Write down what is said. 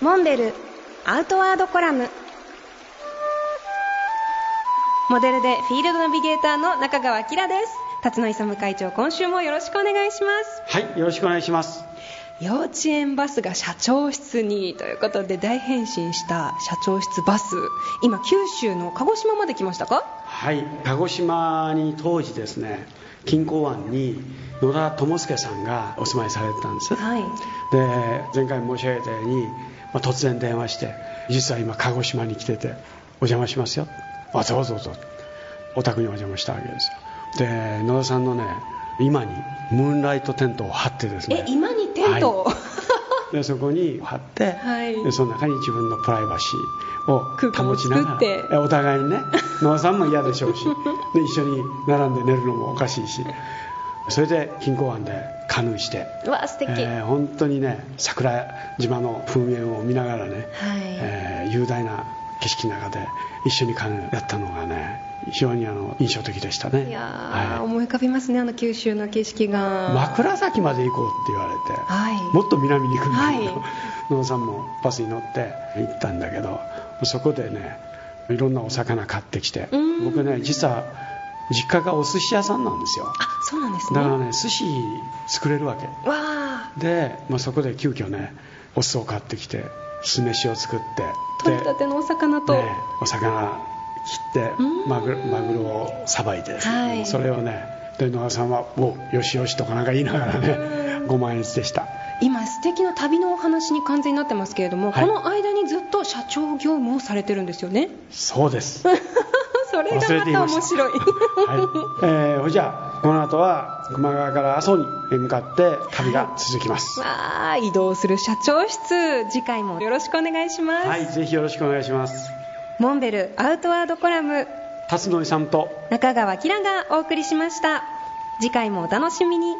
モンベルアウトワードコラムモデルでフィールドナビゲーターの中川明です辰野勇会長今週もよろしくお願いしますはいよろしくお願いします幼稚園バスが社長室にということで大変身した社長室バス今九州の鹿児島まで来ましたかはい鹿児島に当時ですね錦江湾に野田智介さんがお住まいされてたんです、はいで前回申し上げたように、まあ突然電話して実は今鹿児島に来ててお邪魔しますよあどうぞどうぞお宅にお邪魔したわけですよで野田さんのね今にムーンライトテントを張ってですえね今にテントを、はい でそこに貼って、はいでその中に自分のプライバシーを空間を保ちな作がらってえお互い にね野田さんも嫌でしょうしで一緒に並んで寝るのもおかしいしそれで錦江湾でカヌーして、うわ素敵、えー本当にね桜島の風景を見ながらね、はいえー雄大な景色の中で一緒にカヌーやったのがね非常にあの印象的でした ねいやー、はい思い浮かびますねあの九州の景色が、枕崎まで行こうって言われて、はいもっと南に行くんだけど、は野田さんもバスに乗って行ったんだけどそこでねいろんなお魚買ってきてうん僕ね実は実家がお寿司屋さんなんですよあそうなんですねだからわね寿司作れるわけあで、まあ、そこで急遽ねお酢を買ってきて酢飯を作って取れでたてのお魚と、ねお魚切ってうんマグロマグロをさばいてですね、はいそれをねで野田さんは「およしよし」とかなんか言いながらねご満悦でした今素敵な旅のお話に完全になってますけれども、はいこの間にずっと社長業務をされてるんですよねそうです、それが忘れまていましたた面白い はいえー、ほいじゃあこの後は球磨川から阿蘇に向かって旅が続きますわあ移動する社長室次回もよろしくお願いします、はい、ぜひよろしくお願いしますモンベルアウトワードコラム辰野勇と中川きらがお送りしました次回もお楽しみに